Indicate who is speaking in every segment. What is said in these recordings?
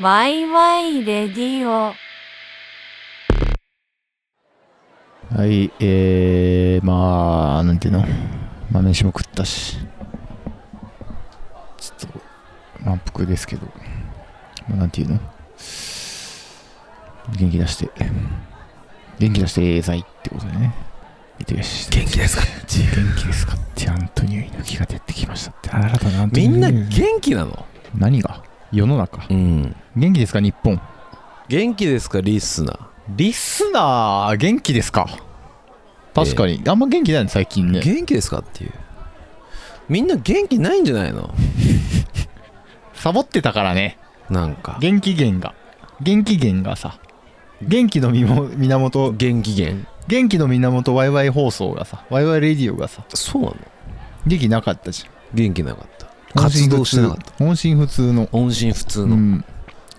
Speaker 1: ワイワイレディオ。
Speaker 2: はい、えー、まあ、なんていうの、まあ、飯も食ったし、ちょっと、満腹ですけど、まあ、なんていうの、元気出して、元気出して、えーざいってことでね、見てよし、元
Speaker 3: 元気ですか
Speaker 2: 気ですかって、アントニオ猪木が出てきましたって、あなたのアント
Speaker 3: み
Speaker 2: ニオ
Speaker 3: んな
Speaker 2: 猪木
Speaker 3: 元気なの
Speaker 2: 何が世の中、
Speaker 3: うん
Speaker 2: 元気ですか、日本。
Speaker 3: 元気ですかリスナー
Speaker 2: リスナー、元気ですか確かに、あんま元気ないの、最近ね。
Speaker 3: 元気ですかっていうみんな元気ないんじゃないの
Speaker 2: サボってたからね。
Speaker 3: なんか
Speaker 2: 元気源が元気源がさ元気のみも源
Speaker 3: 元気源
Speaker 2: 元気の源ワイワイ放送がさワイワイレディオがさ
Speaker 3: そうなの
Speaker 2: 元気なかったじ
Speaker 3: 元気なかった
Speaker 2: ゃん
Speaker 3: 活動してなかった
Speaker 2: 音信不通の、
Speaker 3: た音信不通
Speaker 2: う
Speaker 3: の、
Speaker 2: ん、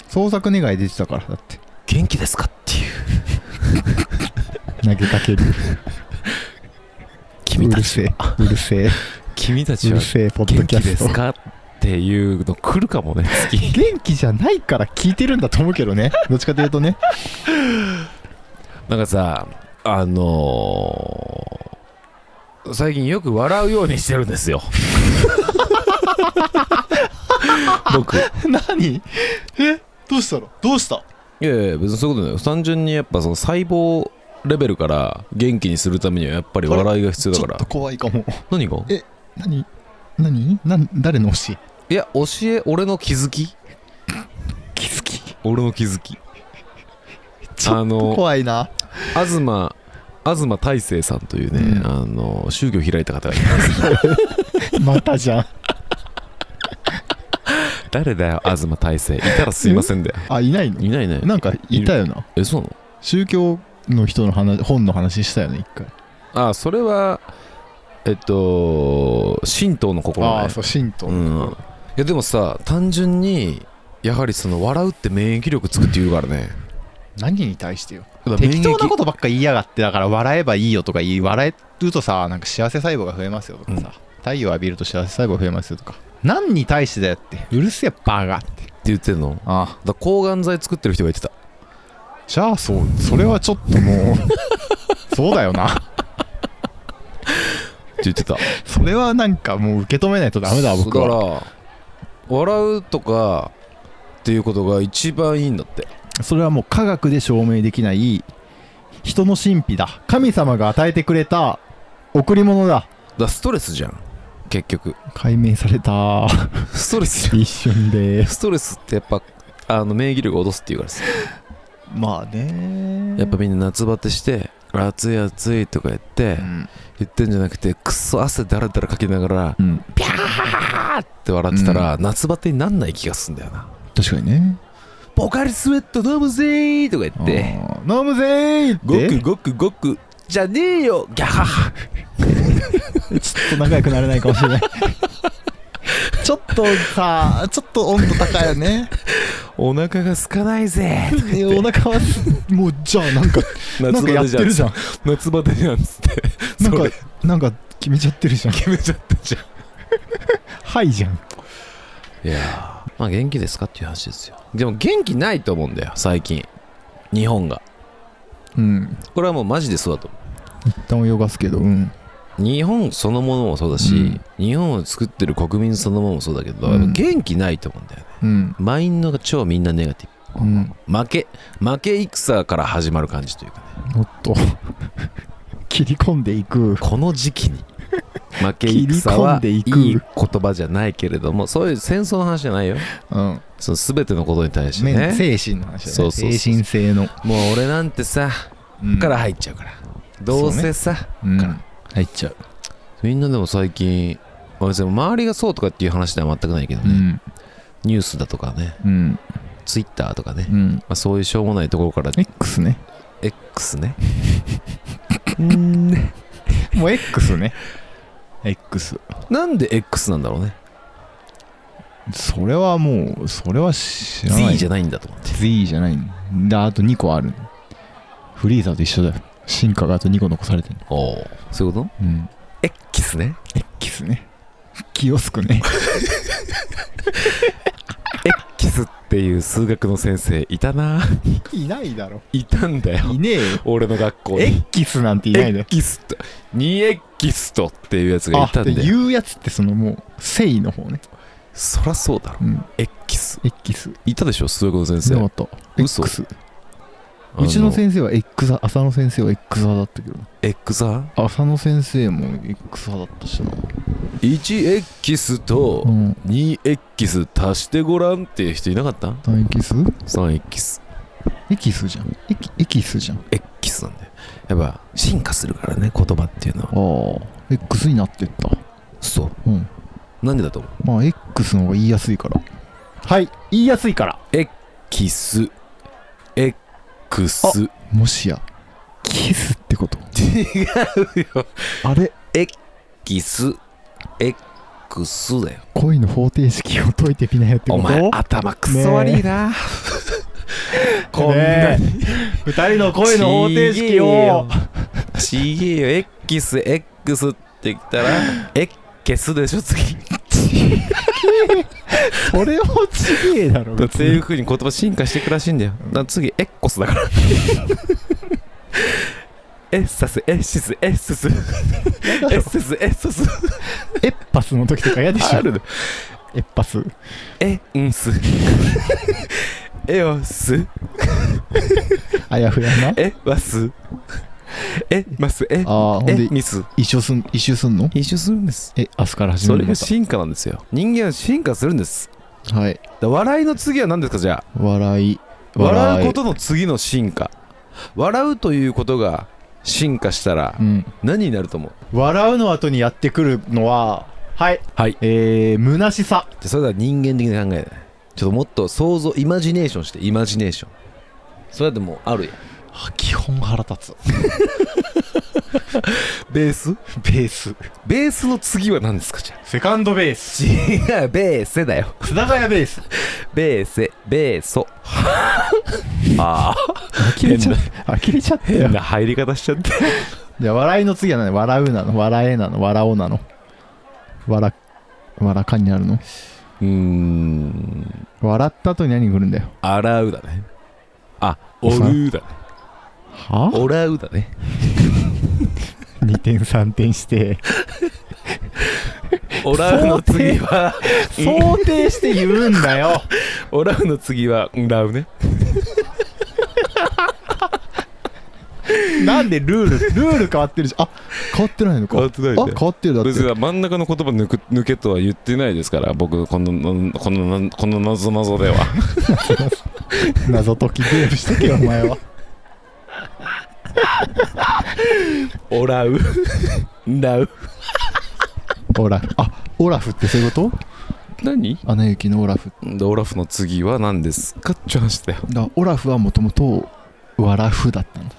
Speaker 2: 創作願い出てたからだって
Speaker 3: 元気ですかっていう
Speaker 2: 投げかけ る
Speaker 3: 君
Speaker 2: う
Speaker 3: た
Speaker 2: る
Speaker 3: ち
Speaker 2: せえ
Speaker 3: は
Speaker 2: うるせえ
Speaker 3: 君た
Speaker 2: う
Speaker 3: ちは
Speaker 2: るせえポッド
Speaker 3: 元
Speaker 2: キ
Speaker 3: 気
Speaker 2: ャ
Speaker 3: で
Speaker 2: スト
Speaker 3: すかっていうの来るかもね次
Speaker 2: 元気じゃないから聞いてるんだと思うけど ねどっちかというとね
Speaker 3: なんかさあのー最近よく笑うようにしてるんです よ僕
Speaker 2: 何えどうしたのどうした
Speaker 3: いやいや別にそういうことないよ単純にやっぱその細胞レベルから元気にするためにはやっぱり笑いが必要だから
Speaker 2: 怖いかも
Speaker 3: 何が
Speaker 2: え何何なん誰の推し
Speaker 3: いや教え俺の気づき
Speaker 2: 気づき
Speaker 3: 俺の気づき
Speaker 2: ちょっ
Speaker 3: あ
Speaker 2: と
Speaker 3: の
Speaker 2: 怖いな
Speaker 3: 東東大成さんというね、
Speaker 2: うん
Speaker 3: あの宗教を開いた方がいる
Speaker 2: またじゃん
Speaker 3: 誰だよ東大成いたらすいませんだよ
Speaker 2: あい ないの
Speaker 3: いないね
Speaker 2: なんかいたよな
Speaker 3: えそうなの
Speaker 2: 宗教の人の話本の話したよね一回
Speaker 3: あそれはえっと神道の心
Speaker 2: あ
Speaker 3: ね
Speaker 2: あそう神道、
Speaker 3: うん、いやでもさ単純にやはりその笑うって免疫力つくって言うからね
Speaker 2: 何に対してよ
Speaker 3: だから
Speaker 2: 適当な
Speaker 3: 免疫
Speaker 2: ことばっか言いやがってだから笑えばいいよとか言い笑えるとさなんか幸せ細胞が増えますよとかさ、太陽浴びると幸せ細胞増えますよとか何に対してだよってうるせえバカって
Speaker 3: って言ってんのだか
Speaker 2: あ
Speaker 3: ら抗がん剤作ってる人が言ってた
Speaker 2: あじゃあそうそれはちょっとも うそうだよな
Speaker 3: って言ってた
Speaker 2: それはなんかもう受け止めないと ダメだ僕
Speaker 3: だ
Speaker 2: は
Speaker 3: から笑うとかっていうことが一番いいんだって
Speaker 2: それはもう科学で証明できない人の神秘だ神様が与えてくれた贈り物だ
Speaker 3: だからストレスじゃん結局
Speaker 2: 解明され た
Speaker 3: ストレスじ
Speaker 2: 一瞬
Speaker 3: ゃ
Speaker 2: で
Speaker 3: んストレスってやっぱあの免疫力を落とすっていうからさ
Speaker 2: まあね
Speaker 3: やっぱみんな夏バテして暑い暑いとか言って
Speaker 2: うん、
Speaker 3: 言ってんじゃなくてくっそ汗だらだらかきながら
Speaker 2: うん、
Speaker 3: って笑ってたら、夏バテになんない気がすんだよな
Speaker 2: 確かにね
Speaker 3: ポカリスウェット飲むぜーとか言って
Speaker 2: あー飲むぜー
Speaker 3: ごく
Speaker 2: っ
Speaker 3: ごくごくじゃねえよギャハハ
Speaker 2: てちょっと仲良くなれないかもしれない ちょっとさちょっと温度高いよね
Speaker 3: お腹が空かないぜ
Speaker 2: で お腹はすもうじゃあ なんかなんかやってるじゃん
Speaker 3: 夏バテじゃんっつって
Speaker 2: な
Speaker 3: そ
Speaker 2: ん
Speaker 3: れ
Speaker 2: かなんか決めちゃってるじゃん
Speaker 3: 決めちゃった じゃ
Speaker 2: はいじゃん
Speaker 3: んいやーまあ元気ですかっていう話ですよでも元気ないと思うんだよ最近日本が
Speaker 2: うん
Speaker 3: これはもうマジでそうだと思
Speaker 2: 一旦泳がすけどうん
Speaker 3: う日本そのものもそうだし、
Speaker 2: うん
Speaker 3: 日本を作ってる国民そのものもそうだけど、
Speaker 2: うん
Speaker 3: 元気ないと思うんだよね
Speaker 2: うん
Speaker 3: マインドが超みんなネガティブ
Speaker 2: うん
Speaker 3: 負け負け戦から始まる感じというかね
Speaker 2: もっと切り込んでいく
Speaker 3: この時期 に負け
Speaker 2: 切り
Speaker 3: 戦
Speaker 2: 込
Speaker 3: は
Speaker 2: んで
Speaker 3: いい
Speaker 2: いく
Speaker 3: 言葉じゃないけれどもそういう戦争の話じゃないよ
Speaker 2: うん、
Speaker 3: その全てのことに対して
Speaker 2: ね、
Speaker 3: ね
Speaker 2: 精神の話だね
Speaker 3: そうそうそう
Speaker 2: 精神性の、
Speaker 3: もう俺なんてさ
Speaker 2: うん
Speaker 3: から入っちゃうからどうせさ、
Speaker 2: うん
Speaker 3: から
Speaker 2: 入っちゃう、
Speaker 3: みんなでも最近俺でも周りがそうとかっていう話では全くないけどね、ニュースだとかね
Speaker 2: うん
Speaker 3: ツイッターとかね、ま
Speaker 2: うん
Speaker 3: あ、そういうしょうもないところから
Speaker 2: X ね
Speaker 3: X ねうんね
Speaker 2: もう X ね X
Speaker 3: なんで X なんだろうね
Speaker 2: それはもうそれは知らない
Speaker 3: Z じゃ
Speaker 2: ゃ
Speaker 3: ないんだと思って
Speaker 2: Z じゃないんだあと2個あるフリーザーと一緒だよ進化があと2個残されてる
Speaker 3: おおそういうこと
Speaker 2: うん
Speaker 3: X ね
Speaker 2: X ねキオスクね
Speaker 3: X っっていう数学の先生いたな
Speaker 2: いないだろ
Speaker 3: いたんだよ
Speaker 2: いねえよ
Speaker 3: 俺の学校
Speaker 2: エ
Speaker 3: に
Speaker 2: ッキスなんていない
Speaker 3: エ
Speaker 2: で
Speaker 3: ッキスト2エッキストっていうやつが
Speaker 2: あ
Speaker 3: いたん
Speaker 2: で
Speaker 3: だよ
Speaker 2: 言うやつってそのもう誠意の方ね
Speaker 3: そらそうだろ
Speaker 2: うん
Speaker 3: エッキス
Speaker 2: エッキス
Speaker 3: いたでしょ数学の先生
Speaker 2: ノート
Speaker 3: 嘘
Speaker 2: X
Speaker 3: あ
Speaker 2: うちの先生は X 派浅野先生は X 派だったけど
Speaker 3: エックザ
Speaker 2: 浅野先生も X 派だったしな
Speaker 3: 1エッキスと
Speaker 2: うん
Speaker 3: 2エッキス足してごらんっていう人いなかった
Speaker 2: 何エキス
Speaker 3: ?3 エッキス
Speaker 2: エキスじゃんエキエキスじゃんあ
Speaker 3: エッキスなんだよやっぱ進化するからね言葉っていうのは
Speaker 2: あ X になってった
Speaker 3: そう
Speaker 2: うん
Speaker 3: なんでだと思う
Speaker 2: まあ X の方が言いやすいからはい言いやすいから
Speaker 3: キスエックス
Speaker 2: あもしやキスってこと
Speaker 3: 違うよ
Speaker 2: あれ
Speaker 3: キスエックスだよ
Speaker 2: 恋の方程式を解いてみなよって
Speaker 3: お
Speaker 2: こと
Speaker 3: 前頭くそ悪 いなこんなに
Speaker 2: 二人の
Speaker 3: ちげえよ X X って言ったら X でしょ次
Speaker 2: それもちげえだろ
Speaker 3: だっていう
Speaker 2: に
Speaker 3: 風に言葉進化していくらしいんだよだから次エッコスだから エッサスエッシスエッススエッススエッスス
Speaker 2: エッパスの時とか嫌でしょ
Speaker 3: あるの
Speaker 2: エッパス
Speaker 3: エンスエオス
Speaker 2: あやふやな
Speaker 3: エワスエマスエ
Speaker 2: ああほん
Speaker 3: エ
Speaker 2: で
Speaker 3: ミス
Speaker 2: 一緒すん一周すんの
Speaker 3: 一緒するんです
Speaker 2: え明日から始
Speaker 3: そ
Speaker 2: め
Speaker 3: れ
Speaker 2: る
Speaker 3: が
Speaker 2: の
Speaker 3: 進化なんですよ人間は進化するんです
Speaker 2: はい
Speaker 3: だから笑いの次は何ですかじゃあ
Speaker 2: 笑い
Speaker 3: 笑うこ
Speaker 2: い
Speaker 3: との次の進化笑うということが進化したら
Speaker 2: うん
Speaker 3: 何になると思う
Speaker 2: 笑うの後にやってくるのははい
Speaker 3: はい
Speaker 2: えー虚しさ
Speaker 3: じゃあそれでは人間的な考えだねちょっともっと想像イマジネーションしてイマジネーションそれでもうあるやん
Speaker 2: 基本腹立つ
Speaker 3: ベース
Speaker 2: ベース
Speaker 3: ベースの次は何ですかじゃあ
Speaker 2: セカンドベース
Speaker 3: 違うベースだよ
Speaker 2: 砂川ベース
Speaker 3: ベースベーソ ああ
Speaker 2: 呆れちゃった呆れちゃったよ
Speaker 3: 変な入り方しちゃって
Speaker 2: じゃあ笑いの次は何笑うなの笑えなの笑おうなの笑笑かになるの
Speaker 3: うーん
Speaker 2: 笑った後に何来るんだよ
Speaker 3: 洗うだねあおるだね
Speaker 2: は
Speaker 3: おらうだね
Speaker 2: 2点3点して
Speaker 3: おらうの次は
Speaker 2: 想定して言うんだよ
Speaker 3: おらうの次はんらうね
Speaker 2: なんでルールルール変わってるじゃんあ変わってないのか
Speaker 3: 変わってないんだよ
Speaker 2: あ変わってるだって
Speaker 3: 別に真ん中の言葉抜く抜けとは言ってないですから僕このこのこの謎謎では
Speaker 2: 謎解きゲームしてけよお前 は
Speaker 3: おらう らう
Speaker 2: オラフあオラフってそういうこと
Speaker 3: 何
Speaker 2: アナ雪のオラフ
Speaker 3: でオラフの次は何ですかって話だよ
Speaker 2: だオラフはもともと笑ふだったんだ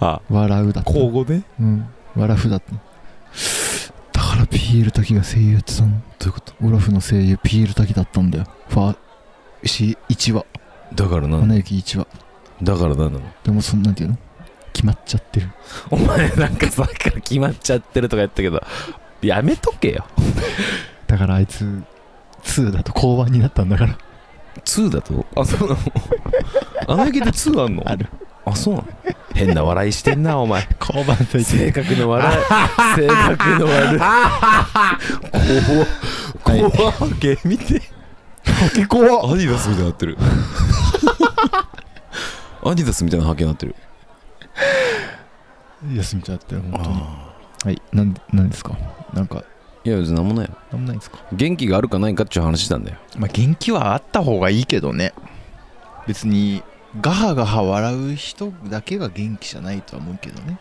Speaker 3: あ
Speaker 2: 笑うだった
Speaker 3: 交互ね
Speaker 2: うん笑ふだったのだからピエール滝が声優やってたのどういうことオラフの声優ピエール滝だったんだよファし1話
Speaker 3: だからな
Speaker 2: 花雪1話
Speaker 3: だから何なの
Speaker 2: でもそんなんていうの決まっちゃってる
Speaker 3: お前なんかさっきから決まっちゃってるとか言ったけどやめとけよ
Speaker 2: だからあいつ2だと降板になったんだから
Speaker 3: 2だとあそう なのあの駅で2あんの
Speaker 2: ある
Speaker 3: あそうなの変な笑いしてんなお前
Speaker 2: 降板され
Speaker 3: 性格の 悪い性格の悪い怖っ怖っゲー見て
Speaker 2: 結構
Speaker 3: アディダスみたいになって るアディダスみたいなハケになってる
Speaker 2: 休みちゃったよ本当にはいなんでなんですかなんか
Speaker 3: いや別に何もないよ
Speaker 2: なんもないですか
Speaker 3: 元気があるかないかっていう話なんだよ
Speaker 2: まあ元気はあった方がいいけどね別にガハガハ笑う人だけが元気じゃないとは思うけどね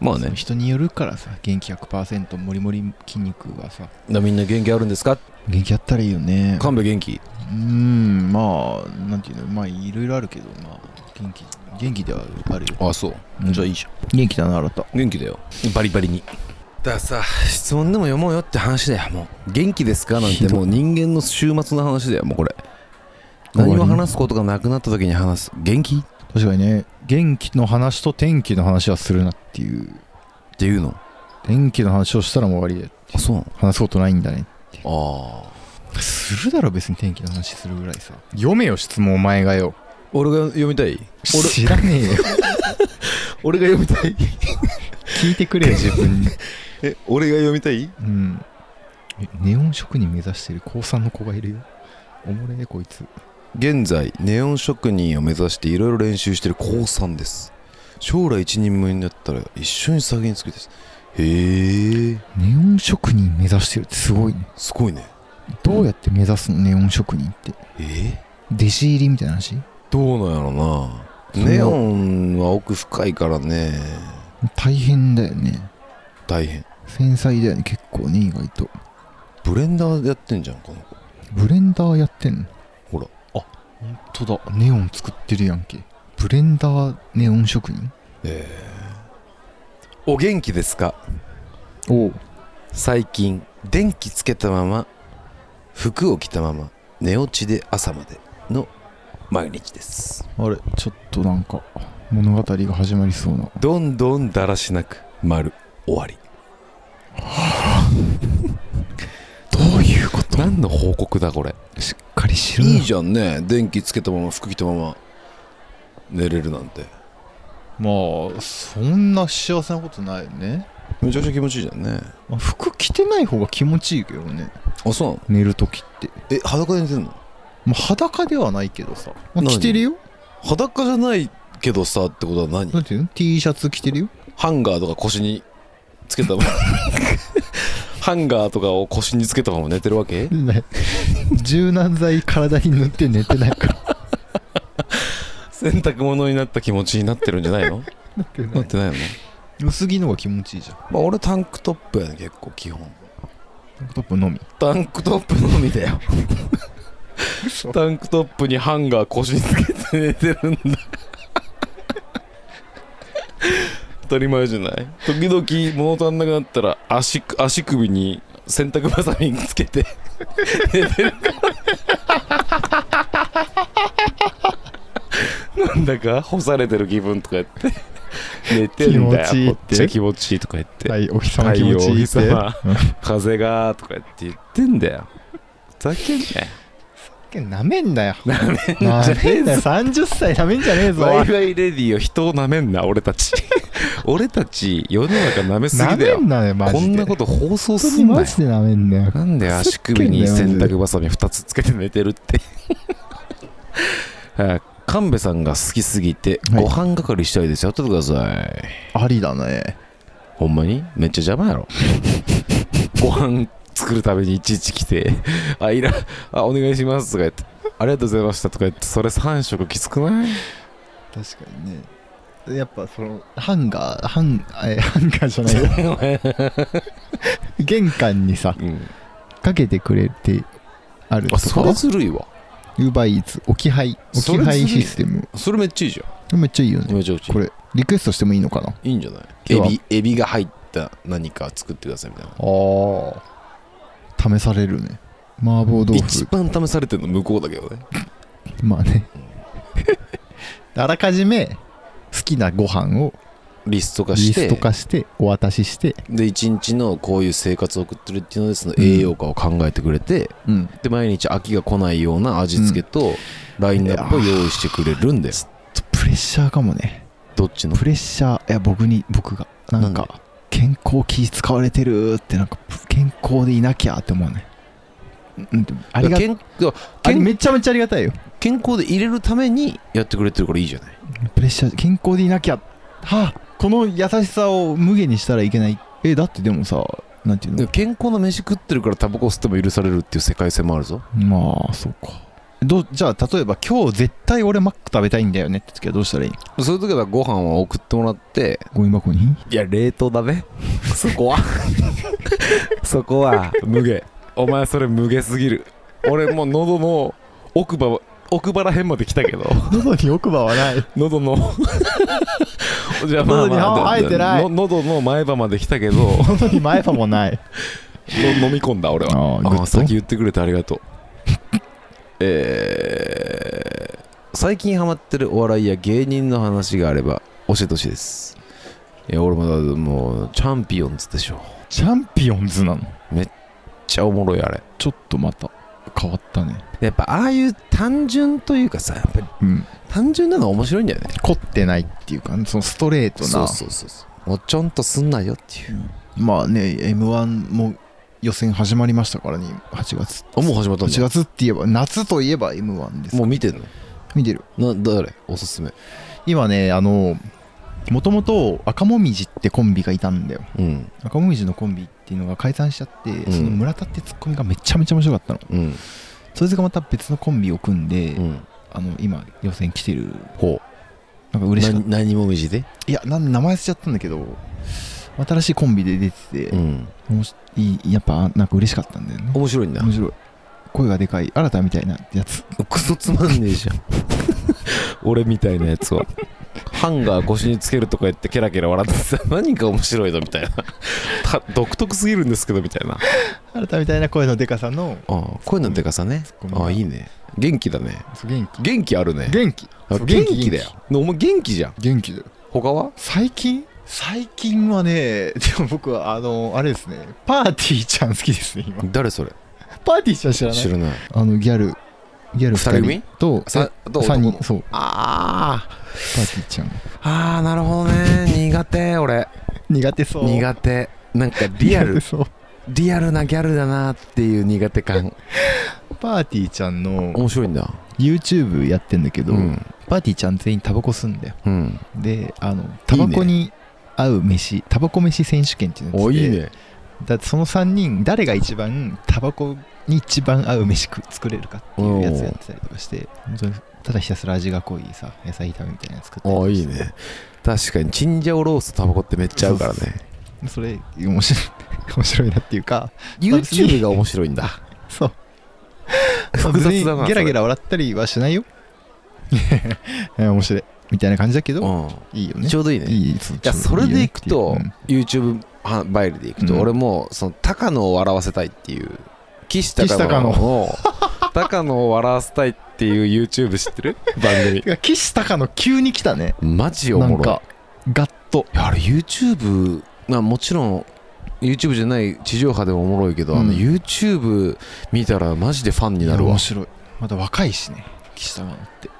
Speaker 3: まあ
Speaker 2: そ
Speaker 3: ね
Speaker 2: の人によるからさ元気100%もりもり筋肉はさ
Speaker 3: だみんな元気あるんですか
Speaker 2: 元気あったらいいよね
Speaker 3: 神戸元気
Speaker 2: うんまあなんていうのまあいろいろあるけどまあ元気元気ではあるよ
Speaker 3: あそう
Speaker 2: うん
Speaker 3: じゃあいいじゃん
Speaker 2: 元気だなあなた
Speaker 3: 元気だよバリバリにだからさ質問でも読もうよって話だよもう元気ですかなんてもう人間の週末の話だよもうこれ何も話すことがなくなった時に話す元気っ
Speaker 2: 確かにね元気の話と天気の話はするなっていう
Speaker 3: ていうの
Speaker 2: 天気の話をしたらもう終わりで
Speaker 3: あそうなの
Speaker 2: 話すことないんだね
Speaker 3: ああ
Speaker 2: するだろ別に天気の話するぐらいさ読めよ質問お前がよ
Speaker 3: 俺が読みたい
Speaker 2: 知らねえよ
Speaker 3: 俺が読みたい
Speaker 2: 聞いてくれよ自分に
Speaker 3: え俺が読みたい
Speaker 2: うんえネオン職人目指してる高3の子がいるよおもれえこいつ
Speaker 3: 現在ネオン職人を目指していろいろ練習してる高3です将来一人前になったら一緒に先につきですへえ
Speaker 2: ネオン職人目指してるってすごいね
Speaker 3: すごいね
Speaker 2: どうやって目指すのネオン職人って
Speaker 3: え
Speaker 2: 弟子入りみたいな話
Speaker 3: どうなんやろなネオンは奥深いからね
Speaker 2: 大変だよね
Speaker 3: 大変
Speaker 2: 繊細だよね結構ね意外と
Speaker 3: ブレンダーでやってんじゃんこの子
Speaker 2: ブレンダーやってんの
Speaker 3: ほら
Speaker 2: 本当だネオン作ってるやんけブレンダーネオン職人
Speaker 3: えー、お元気ですか
Speaker 2: お
Speaker 3: 最近電気つけたまま服を着たまま寝落ちで朝までの毎日です
Speaker 2: あれちょっとなんか物語が始まりそうな
Speaker 3: どんどんだらしなく丸終 わり
Speaker 2: どういうこと
Speaker 3: 何の報告だこれ
Speaker 2: しっかりしろ
Speaker 3: い
Speaker 2: よ
Speaker 3: いじゃんね電気つけたまま服着たまま寝れるなんて
Speaker 2: まあそんな幸せなことないよね、
Speaker 3: めちゃくちゃ気持ちいいじゃんね
Speaker 2: まあ服着てない方が気持ちいいけどね
Speaker 3: あそうなの
Speaker 2: 寝るときって、
Speaker 3: え裸で寝てんの
Speaker 2: まあ、裸ではないけどさ、まあ、
Speaker 3: 何
Speaker 2: 着てるよ
Speaker 3: 裸じゃないけどさってことは何
Speaker 2: なんていうの T シャツ着てるよ
Speaker 3: ハンガーとか腰につけたま まハンガーとかを腰につけたまま寝てるわけ
Speaker 2: ね 柔軟剤体に塗って寝てないから
Speaker 3: 洗濯物になった気持ちになってるんじゃ ないの
Speaker 2: なってな
Speaker 3: ないってないよね、
Speaker 2: 薄着の方が気持ちいいじゃん
Speaker 3: まあ、俺タンクトップやね結構基本
Speaker 2: タンクトップのみ
Speaker 3: タンクトップのみだよタンクトップにハンガー腰につけて寝てるんだ当たり前じゃない時々物足んなくなったら足足首に洗濯バサミつけて寝てるからなんだか干されてる気分とか言って寝てんだよ
Speaker 2: 気持ちいいって
Speaker 3: こっちは気持ちいいとか言って
Speaker 2: はいお日様
Speaker 3: 太
Speaker 2: 気持
Speaker 3: 陽
Speaker 2: ちいい
Speaker 3: お
Speaker 2: っ
Speaker 3: 日
Speaker 2: て
Speaker 3: 様風がとかって言ってんだよふざけんなよ
Speaker 2: なめんなよ
Speaker 3: なめん
Speaker 2: なめんなよ
Speaker 3: ぞ
Speaker 2: 30歳なめんじゃねえぞ
Speaker 3: w i f i レディを人をなめんな俺 たち俺たち世の中なめす
Speaker 2: な
Speaker 3: ぎだ
Speaker 2: め
Speaker 3: よ
Speaker 2: んなよマジ
Speaker 3: こ
Speaker 2: で
Speaker 3: んなこと放送
Speaker 2: 本当
Speaker 3: す
Speaker 2: に
Speaker 3: んな
Speaker 2: マ
Speaker 3: よ
Speaker 2: ジでなめんなよ
Speaker 3: なんで足首に洗濯バサミ2つつけて寝てるって あ神戸さんが好きすぎて
Speaker 2: はい
Speaker 3: ご飯係したいですよやっててください
Speaker 2: ありだね
Speaker 3: ほんまにめっちゃ邪魔やろ ご飯作るためにいちいち来て 「あいらあお願いします」とか言って「ありがとうございました」とか言ってそれ3食きつく ない
Speaker 2: 確かにねやっぱそのハンガーハンえハンガーじゃない よ玄関にさ
Speaker 3: うん、
Speaker 2: かけてくれてあると
Speaker 3: あそれ
Speaker 2: か
Speaker 3: ずるいわ
Speaker 2: ウーバーイーツ置き配置
Speaker 3: そ
Speaker 2: き
Speaker 3: れずるい
Speaker 2: 配システム
Speaker 3: それめっちゃいいじ
Speaker 2: めっちゃいいよ
Speaker 3: ゃん
Speaker 2: ね
Speaker 3: めちゃくちゃ
Speaker 2: これリクエストしてもいいのかない
Speaker 3: いんじゃないエ
Speaker 2: 今日は
Speaker 3: ビエビが入った何か作ってくださいみたいな
Speaker 2: あ試されるね麻婆豆
Speaker 3: 一
Speaker 2: 腐
Speaker 3: 番試されてるの向こうだけどね
Speaker 2: まあね あらかじめ好きなご飯を
Speaker 3: リスト化
Speaker 2: リ
Speaker 3: し
Speaker 2: ス
Speaker 3: て
Speaker 2: ト化してお渡しして、
Speaker 3: で一日のこういう生活を送ってるっていうのでその栄養価を考えてくれて、
Speaker 2: うん、
Speaker 3: で毎日飽きが来ないような味付けとラインナップを用意してくれるんだよ、
Speaker 2: プレッシャーかもね
Speaker 3: どっちの
Speaker 2: プレッシャーいや僕に僕がなん
Speaker 3: なんで
Speaker 2: か健康気使われてるってなんか健康でいなきゃって思うねうんでもありが
Speaker 3: 健いや
Speaker 2: あり
Speaker 3: 健
Speaker 2: めちゃめちゃありがたいよ
Speaker 3: 健康で入れるためにやってくれてるからいいじゃない
Speaker 2: プレッシャー健康でいなきゃはあこの優しさを無限にしたらいけないえだってでもさなんていう
Speaker 3: で
Speaker 2: の
Speaker 3: 健康な飯食ってるからタバコ吸っても許されるっていう世界線もあるぞ
Speaker 2: まあそうかどうじゃあ例えば今日絶対俺マック食べたいんだよねって時はどうしたらいい
Speaker 3: そういう時はご飯を送ってもらって
Speaker 2: ゴミ箱 に
Speaker 3: いや冷凍だね そこはそこは無限お前それ無限すぎる俺もう喉の奥歯奥腹辺まで来たけど
Speaker 2: 喉に奥歯はない
Speaker 3: 喉の じゃあまあ
Speaker 2: 喉に
Speaker 3: ま
Speaker 2: 歯は
Speaker 3: あ
Speaker 2: 生えてない
Speaker 3: の喉の前歯まで来たけど の
Speaker 2: 喉に前歯もない
Speaker 3: 飲み込んだ俺は
Speaker 2: あ
Speaker 3: ああさっき言ってくれてありがとうえー、最近ハマってるお笑いや芸人の話があれば教えてほしいですいや俺もだもうチャンピオンズでしょめっ
Speaker 2: チャンピオンズなの
Speaker 3: ちゃおもろいあれ
Speaker 2: ちょっとまた変わったね
Speaker 3: やっぱああいう単純というかさやっぱり
Speaker 2: うん
Speaker 3: 単純なのが面白いんだよね
Speaker 2: 凝ってないっていうかそのストレートな
Speaker 3: うそうそうもうちょんとすんなよっていう
Speaker 2: まあね m 1も予選始まりましたからね8月
Speaker 3: あもう始まったんだ
Speaker 2: 8月って言えば夏といえば m 1です
Speaker 3: もう見てん
Speaker 2: 見てる
Speaker 3: のな誰おすすめ
Speaker 2: 今ねあのもともと赤もみじってコンビがいたんだよ
Speaker 3: うん
Speaker 2: 赤もみじのコンビっていうのが解散しちゃって、
Speaker 3: ん
Speaker 2: その村田ってツッコミがめちゃめちゃ面白かったの
Speaker 3: うん
Speaker 2: そいつがまた別のコンビを組んで、
Speaker 3: うん
Speaker 2: あの今予選来てる
Speaker 3: ほ
Speaker 2: なんか
Speaker 3: う
Speaker 2: 嬉しかっ
Speaker 3: な何もみじで
Speaker 2: たいやなん名前忘れちゃったんだけど新しいコンビで出てて、
Speaker 3: ん
Speaker 2: おもしいいやっぱなんか嬉しかったんだよね
Speaker 3: 面白いんだ
Speaker 2: 面白い声がでかい新たみたいなやつ
Speaker 3: クソつまんねえ じゃん俺みたいなやつはハンガー腰につけるとか言ってケラケラ笑ってさ何か面白いのみたいなた独特すぎるんですけどみたいな
Speaker 2: 新たみたいな声のでかさの
Speaker 3: ああ声のでかさね
Speaker 2: コミ
Speaker 3: ああいいね元気だね
Speaker 2: 元気
Speaker 3: 元気あるね
Speaker 2: 元気
Speaker 3: あ
Speaker 2: そう
Speaker 3: 元気だよお前元気じゃん
Speaker 2: 元気だよ
Speaker 3: 他は
Speaker 2: 最近最近はね でも僕はあのあれですねパーティーちゃん好きですね今
Speaker 3: 誰それ
Speaker 2: パーティーちゃん知らない
Speaker 3: 知らない
Speaker 2: あのギャルギャル2人
Speaker 3: 二人組
Speaker 2: と
Speaker 3: さどう
Speaker 2: 3
Speaker 3: 男
Speaker 2: 人
Speaker 3: の
Speaker 2: そう
Speaker 3: あ
Speaker 2: パーティーちゃん
Speaker 3: ーあーなるほどね苦手俺
Speaker 2: 苦手そう
Speaker 3: 苦手なんかリア
Speaker 2: 苦手
Speaker 3: ル
Speaker 2: そう
Speaker 3: リアルなギャルだなっていう苦手感
Speaker 2: パーティーちゃんの
Speaker 3: 面白いんだ
Speaker 2: YouTube やってんだけど、
Speaker 3: うん
Speaker 2: パーティーちゃん全員タバコ吸うんだよ
Speaker 3: うん
Speaker 2: であのタバコに合う飯タバコ飯選手権っていうのや
Speaker 3: お
Speaker 2: ってて
Speaker 3: いいね
Speaker 2: だってその3人誰が一番タバコに一番合う飯食作れるかっていうやつやってたりとかして本当にただひたすら味が濃いさ野菜炒めみたいなやつ作って
Speaker 3: おいいね確かにチンジャオロースとタバコってめっちゃ合うからね
Speaker 2: それ面白い面白いなっていうか
Speaker 3: YouTube が面白いんだ
Speaker 2: そう
Speaker 3: 複雑だ
Speaker 2: 別
Speaker 3: な
Speaker 2: にゲラゲラ笑ったりはしないよ え面白いみたいな感じだけ
Speaker 3: そ
Speaker 2: ど
Speaker 3: れ
Speaker 2: いいよ
Speaker 3: うん
Speaker 2: ね
Speaker 3: ちょうどいいねい
Speaker 2: いいそう
Speaker 3: やそれでいくと
Speaker 2: ちょうどいいよね
Speaker 3: YouTube バイルでいくと
Speaker 2: うん
Speaker 3: 俺もうその高野を笑わせたいっていう岸
Speaker 2: 岸
Speaker 3: 高
Speaker 2: 高
Speaker 3: 野
Speaker 2: 野
Speaker 3: を 高野を笑わせたいっていう YouTube 知ってる番組
Speaker 2: てか岸高野急に来たね
Speaker 3: マジお
Speaker 2: な
Speaker 3: も
Speaker 2: ん
Speaker 3: ろい
Speaker 2: かガッと
Speaker 3: いやあれ YouTube まあもちろん YouTube じゃない地上波でもおもろいけど、あ
Speaker 2: うん
Speaker 3: の YouTube 見たらマジでファンになるわ
Speaker 2: 面白いまだ若いしね岸高野って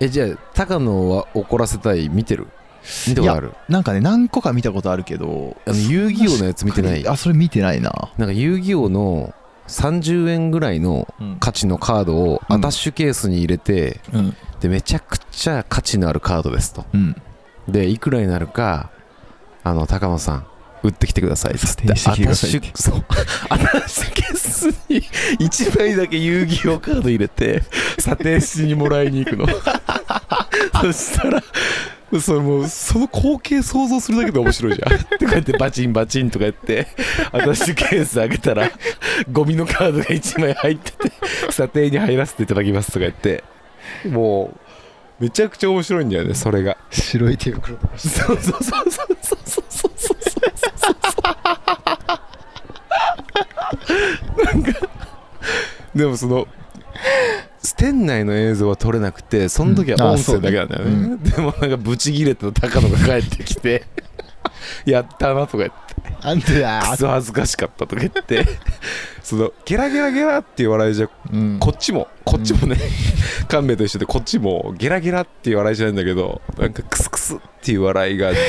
Speaker 3: えじゃあ高野は怒らせたい見てる見たことある
Speaker 2: なんかね何個か見たことあるけど
Speaker 3: あの遊戯王のやつ見てない
Speaker 2: あそれ見てないな、
Speaker 3: なんか遊戯王の30円ぐらいの価値のカードを
Speaker 2: うん
Speaker 3: アタッシュケースに入れて、
Speaker 2: うん
Speaker 3: でめちゃくちゃ価値のあるカードですと
Speaker 2: うん
Speaker 3: でいくらになるかあの高野さん売ってきてくださいっつって
Speaker 2: 指定してきてくださいって
Speaker 3: アタッシュそう アタッシュケースに1枚だけ遊戯王カード入れて査定しにもらいに行く のそしたらそれもうその光景想像するだけで面白いじゃんでこうやってバチンバチンとかやってアタッシュケース開けたらゴミのカードが1枚入ってて査定に入らせていただきますとか言ってもうめちゃくちゃ面白いんだよねそれが
Speaker 2: 白い手袋とかして
Speaker 3: そうそうそうそうそうそうそうそうなんかでもその店内の映像は撮れなくてその時
Speaker 2: うん
Speaker 3: は
Speaker 2: あ
Speaker 3: 音声だけなんだよね,、
Speaker 2: そうね
Speaker 3: でもなんかブチギレた高野が帰ってきてやったなとか言って
Speaker 2: あんた
Speaker 3: ク
Speaker 2: や
Speaker 3: ソ恥ずかしかったとか言ってそのゲラゲラゲラっていう笑いじゃ
Speaker 2: うん
Speaker 3: こっちもこっちもね、 勘弁と一緒でこっちもゲラゲラっていう笑いじゃないんだけどなんかクスクスっていう笑いがずっ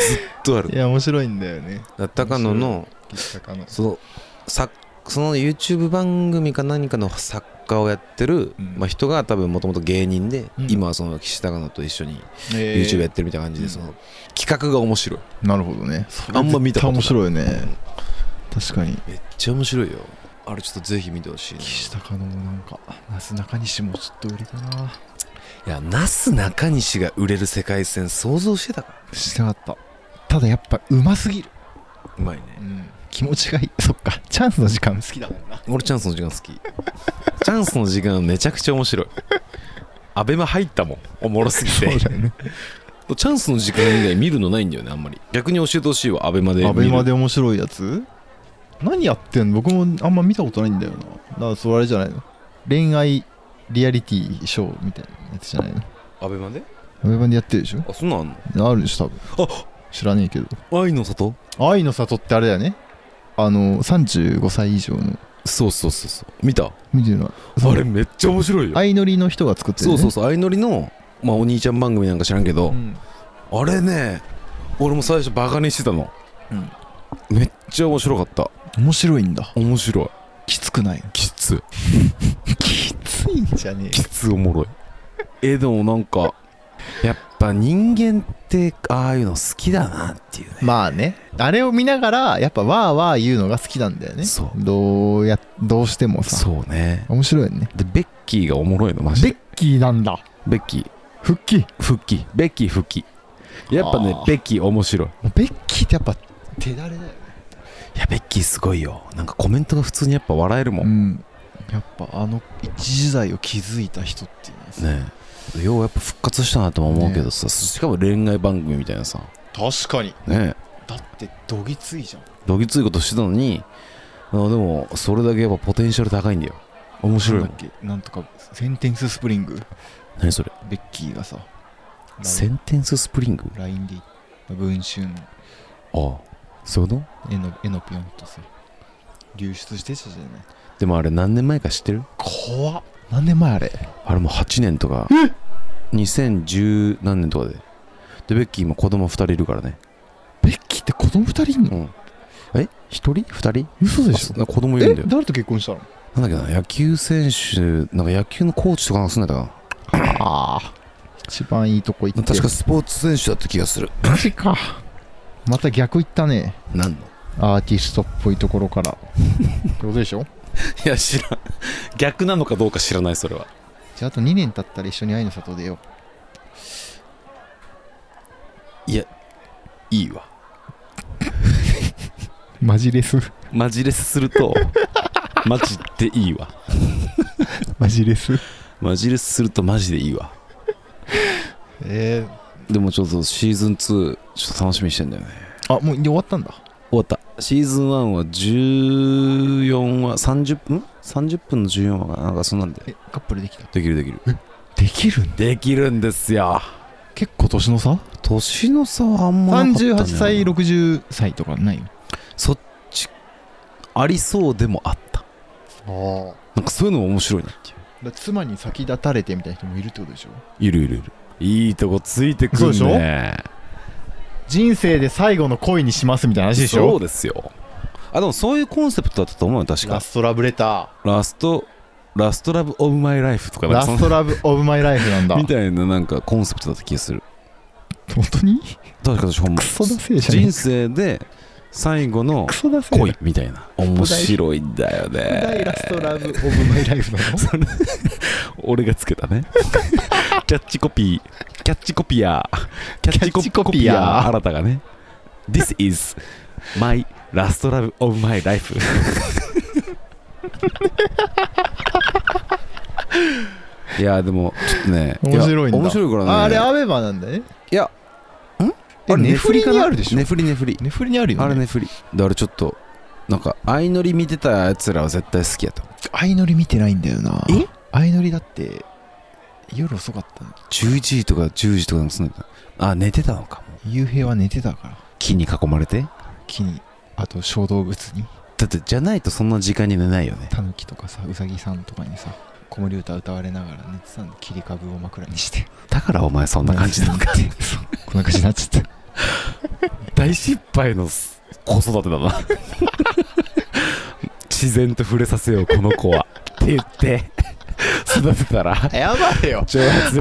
Speaker 3: とある
Speaker 2: いや面白いんだよね
Speaker 3: 高野の
Speaker 2: 岸高野
Speaker 3: そのさその YouTube 番組か何かの作家をやってる、
Speaker 2: うん
Speaker 3: まあ、人が多分もともと芸人で、
Speaker 2: うん
Speaker 3: 今はその岸高野と一緒に
Speaker 2: え
Speaker 3: YouTube やってるみたいな感じで、
Speaker 2: うん
Speaker 3: その企画が面白い
Speaker 2: なるほどね
Speaker 3: あんま見たことない
Speaker 2: 面白いね確かに
Speaker 3: めっちゃ面白いよあれちょっとぜひ見てほしいな
Speaker 2: 岸高野もなんかなすなかにしもちょっと売れたない
Speaker 3: やなすなかにしが売れる世界線想像してたか
Speaker 2: してなかったただやっぱうますぎる、
Speaker 3: うまいね
Speaker 2: 気持ちがいいそっかチャンスの時間好きだもんな
Speaker 3: 俺チャンスの時間好きチャンスの時間めちゃくちゃ面白いアベマ入ったもんおもろすぎて
Speaker 2: そうだよね
Speaker 3: チャンスの時間以外見るのないんだよねあんまり逆に教えてほしいわアベマで見る
Speaker 2: アベマで面白いやつ何やってんの僕もあんま見たことないんだよなだからそれあれじゃないの恋愛リアリティショーみたいなやつじゃないの
Speaker 3: アベマで
Speaker 2: アベマでやってるでしょ
Speaker 3: あそんなんあんの
Speaker 2: あるでしょ多分知らねえけど
Speaker 3: 愛の里
Speaker 2: 愛の里ってあれだよねあの35歳以上の
Speaker 3: そうそうそうそう見た
Speaker 2: 見てるな
Speaker 3: あれめっちゃ面白いよ
Speaker 2: 相乗りの人が作ってる、
Speaker 3: そ
Speaker 2: ね、
Speaker 3: うそうそう相乗りの、まあ、お兄ちゃん番組なんか知らんけど、
Speaker 2: ん
Speaker 3: あれね俺も最初バカにしてたの、
Speaker 2: うん
Speaker 3: めっちゃ面白かった
Speaker 2: 面白いんだ
Speaker 3: 面白い
Speaker 2: きつくない
Speaker 3: きつ
Speaker 2: きついんじゃね
Speaker 3: きつおもろいえでもなんかやっぱ人間ってああいうの好きだなっていうね
Speaker 2: まあねあれを見ながらやっぱわーわー言うのが好きなんだよね
Speaker 3: そう
Speaker 2: どうやどうしてもさ
Speaker 3: そうね
Speaker 2: 面白いね
Speaker 3: でベッキーがおもろいのマジ
Speaker 2: ベ
Speaker 3: で
Speaker 2: ッキーなんだ
Speaker 3: ベッキー
Speaker 2: 復帰
Speaker 3: 復帰ベッキー復帰やっぱね
Speaker 2: あー
Speaker 3: ベッキー面白い
Speaker 2: ベッキーってやっぱ手だれだよね
Speaker 3: いやベッキーすごいよなんかコメントが普通にやっぱ笑えるもん、
Speaker 2: んやっぱあの一時代を築いた人っていうのはさ
Speaker 3: ねえようやっぱ復活したなとも思うけどさ、しかも恋愛番組みたいなさ
Speaker 2: 確かに
Speaker 3: ねえ
Speaker 2: だってどぎついじゃん
Speaker 3: どぎついことしてたのにあでもそれだけやっぱポテンシャル高いんだよ面白いも
Speaker 2: なん
Speaker 3: ん
Speaker 2: だっけなんとかセンテンススプリング
Speaker 3: 何それ
Speaker 2: ベッキーがさ
Speaker 3: センテンススプリング
Speaker 2: LINE で言った文春
Speaker 3: ああそういうの
Speaker 2: 絵の絵のピョンとさ流出してたじゃない
Speaker 3: でもあれ何年前か知ってる
Speaker 2: 怖っ何年前あれ
Speaker 3: あれもう8年とか2010何年とかででベッキー今子供2人いるからね
Speaker 2: ベッキーって子供二人いん
Speaker 3: うんえ1人 ?2 人
Speaker 2: 嘘でしょ
Speaker 3: ょ子供いる
Speaker 2: え
Speaker 3: んだよ
Speaker 2: 誰と結婚したの
Speaker 3: なんだっけな野球選手なんか野球のコーチとかなんかすんだったか
Speaker 2: ああ一番いいとこ行
Speaker 3: な
Speaker 2: って
Speaker 3: 確かスポーツ選手だった気がする
Speaker 2: マジかまた逆行ったね
Speaker 3: 何の
Speaker 2: アーティストっぽいところからってことでしょ
Speaker 3: いや知らん逆なのかどうか知らないそれは
Speaker 2: じゃああと2年経ったら一緒に愛の里出よ
Speaker 3: いいわ
Speaker 2: うマジレス
Speaker 3: マジレスすると マジでいいわ
Speaker 2: マジレス
Speaker 3: マジレスするとマジでいいわ
Speaker 2: え
Speaker 3: でもちょっとシーズン2ちょっと楽しみにしてんだよね
Speaker 2: ー、あもう終わったんだ
Speaker 3: 終わったシーズン1は14話30分ん30分の14話かななんかそんなんで
Speaker 2: えカップルできた
Speaker 3: できるできる
Speaker 2: できるん
Speaker 3: できるんですよ
Speaker 2: 結構年の差
Speaker 3: 年の差はあんまなかった、ね、
Speaker 2: 38歳60歳とかない
Speaker 3: そっちありそうでもあった
Speaker 2: あ
Speaker 3: なんかそういうのも面白いなっていう
Speaker 2: あ妻に先立たれてみたいな人もいるってことでしょ
Speaker 3: いるいるいるいいとこついてく
Speaker 2: そう
Speaker 3: る
Speaker 2: でしょ
Speaker 3: ね
Speaker 2: 人生で最後の恋にしますみたいな話でし
Speaker 3: そう
Speaker 2: ょ
Speaker 3: ですよあでもそういうコンセプトだったと思うよ確か
Speaker 2: ラストラブレタ
Speaker 3: ラストラストラブオブマイライフとか
Speaker 2: ー
Speaker 3: な
Speaker 2: ラ
Speaker 3: んかそん
Speaker 2: ストラブオブマイライフなんだ
Speaker 3: みたいななんかコンセプトだった気がする
Speaker 2: 本当 に
Speaker 3: 確か私ほんま
Speaker 2: クソだせえじゃねえ
Speaker 3: 人生で最後の
Speaker 2: クソだせえ
Speaker 3: 恋みたいな面白いんだ よ
Speaker 2: 大
Speaker 3: ね
Speaker 2: ラストラブオブマイライフなの
Speaker 3: 俺がつけたね キャッチコピーキャッチコピアキャッチコ
Speaker 2: キャッチコ
Speaker 3: ピ
Speaker 2: ピア
Speaker 3: ア新たがね This is my last love of my life いやでもちょっとね
Speaker 2: 面白いんだ
Speaker 3: や面白いからね
Speaker 2: ああれアベマなんだね
Speaker 3: いやん
Speaker 2: あれネフリにあるでしょ
Speaker 3: ネフリネフリ
Speaker 2: ネフリにあるよね
Speaker 3: あれネフリであれちょっとなんか相乗り見てたやつらは絶対好きやと
Speaker 2: 相乗り見てないんだよな
Speaker 3: え
Speaker 2: 相乗りだって夜遅かったの
Speaker 3: 10時とか10時とかにもすんでたあ寝てたのかも
Speaker 2: 幽閉は寝てたから
Speaker 3: 木に囲まれて
Speaker 2: 木にあと小動物に
Speaker 3: だってじゃないとそんな時間に寝ないよね
Speaker 2: タヌキとかさウサギさんとかにさ子守歌歌われながら寝てたんで切り株を枕にして
Speaker 3: だからお前そんな感じな んか
Speaker 2: こんな感じになっちゃった
Speaker 3: 大失敗の子育てだ な自然と触れさせようこの子はって言って育てたら
Speaker 2: 謝れ よ
Speaker 3: 蒸発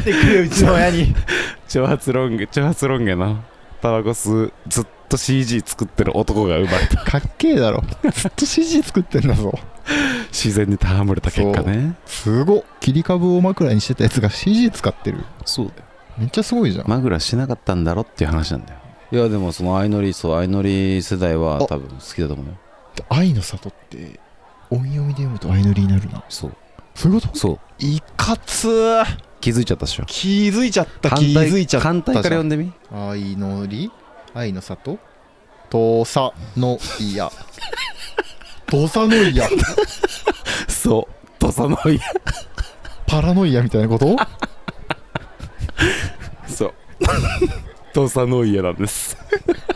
Speaker 2: ってくれうちの親に
Speaker 3: 長髪ロン毛長髪ロン毛なタバコ吸うずっと CG 作ってる男が生まれた
Speaker 2: かっけえだろずっと CG 作ってんだぞ
Speaker 3: 自然に戯れた結果ね
Speaker 2: すごっ切り株を枕にしてたやつが CG 使ってる
Speaker 3: そうだよ
Speaker 2: めっちゃすごいじゃん
Speaker 3: マグラしてなかったんだろっていう話なんだよいやでもその相乗りそう相乗り世代は
Speaker 2: あ
Speaker 3: 多分好きだと思うよ
Speaker 2: 愛の里って音読みで読むと相乗りになるな
Speaker 3: そう
Speaker 2: そういうこ
Speaker 3: そう
Speaker 2: いかつー
Speaker 3: 気づいちゃったっしょ
Speaker 2: 気づいちゃった
Speaker 3: 反
Speaker 2: 気
Speaker 3: 対
Speaker 2: づいちゃった
Speaker 3: 反対から読んでみ
Speaker 2: 愛のり愛の里とさのいや とさのいや
Speaker 3: そう土佐のい
Speaker 2: パラノイアみたいなこと
Speaker 3: そう土佐の家なんです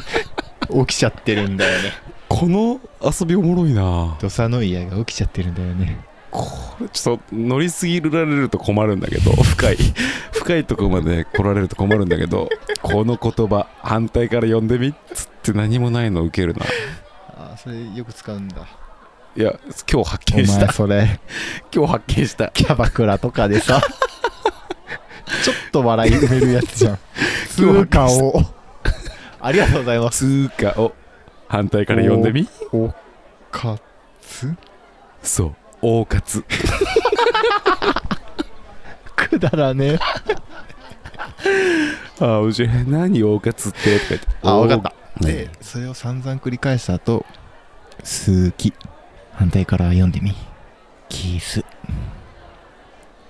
Speaker 2: 起きちゃってるんだよね
Speaker 3: この遊びおもろいな
Speaker 2: 土佐ノイアが起きちゃってるんだよね
Speaker 3: これちょっと乗りすぎられると困るんだけど深い深いとこまで来られると困るんだけどこの言葉反対から呼んでみっつって何もないのウケるな
Speaker 2: ああそれよく使うんだ
Speaker 3: いや今日発
Speaker 2: お
Speaker 3: 見し
Speaker 2: 前
Speaker 3: た
Speaker 2: それ
Speaker 3: 今日発見した
Speaker 2: キャバクラとかでさ ちょっと笑い埋めるやつじゃん通
Speaker 3: 今日発
Speaker 2: 貨
Speaker 3: 見した
Speaker 2: を ありがとうございます
Speaker 3: 通貨を反対から呼んでみ
Speaker 2: おかつ
Speaker 3: そう大活
Speaker 2: くだらねえ
Speaker 3: ああ面白い何大活ってとか言って
Speaker 2: あわかった
Speaker 3: お
Speaker 2: でそれを散々繰り返した後好き反対から読んでみキースっ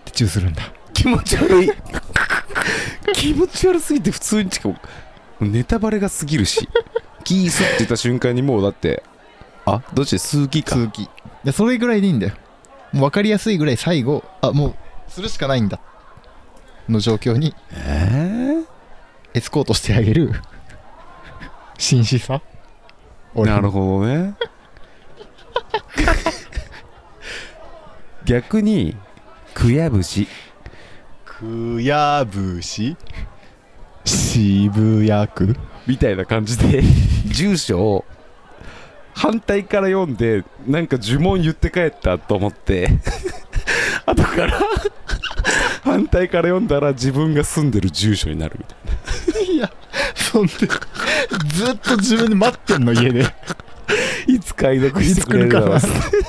Speaker 2: てチューするんだ
Speaker 3: 気持ち悪い 気持ち悪すぎて普通にしかもネタバレが過ぎるしキースって言った瞬間にもうだってあどっち数キか
Speaker 2: 通気いやそれぐらいでいいんだよもう分かりやすいぐらい最後あもうするしかないんだの状況に
Speaker 3: え
Speaker 2: エスコートしてあげる 紳士さ
Speaker 3: ー、
Speaker 2: 俺
Speaker 3: なるほど ね逆にくやぶし
Speaker 2: くやぶし渋谷区
Speaker 3: みたいな感じで住所を反対から読んでなんか呪文言って帰ったと思って 後から反対から読んだら自分が住んでる住所になるみたい
Speaker 2: いやそんでずっと自分で待ってんの家で
Speaker 3: ないつ解読してくれるだろう
Speaker 2: いつ来る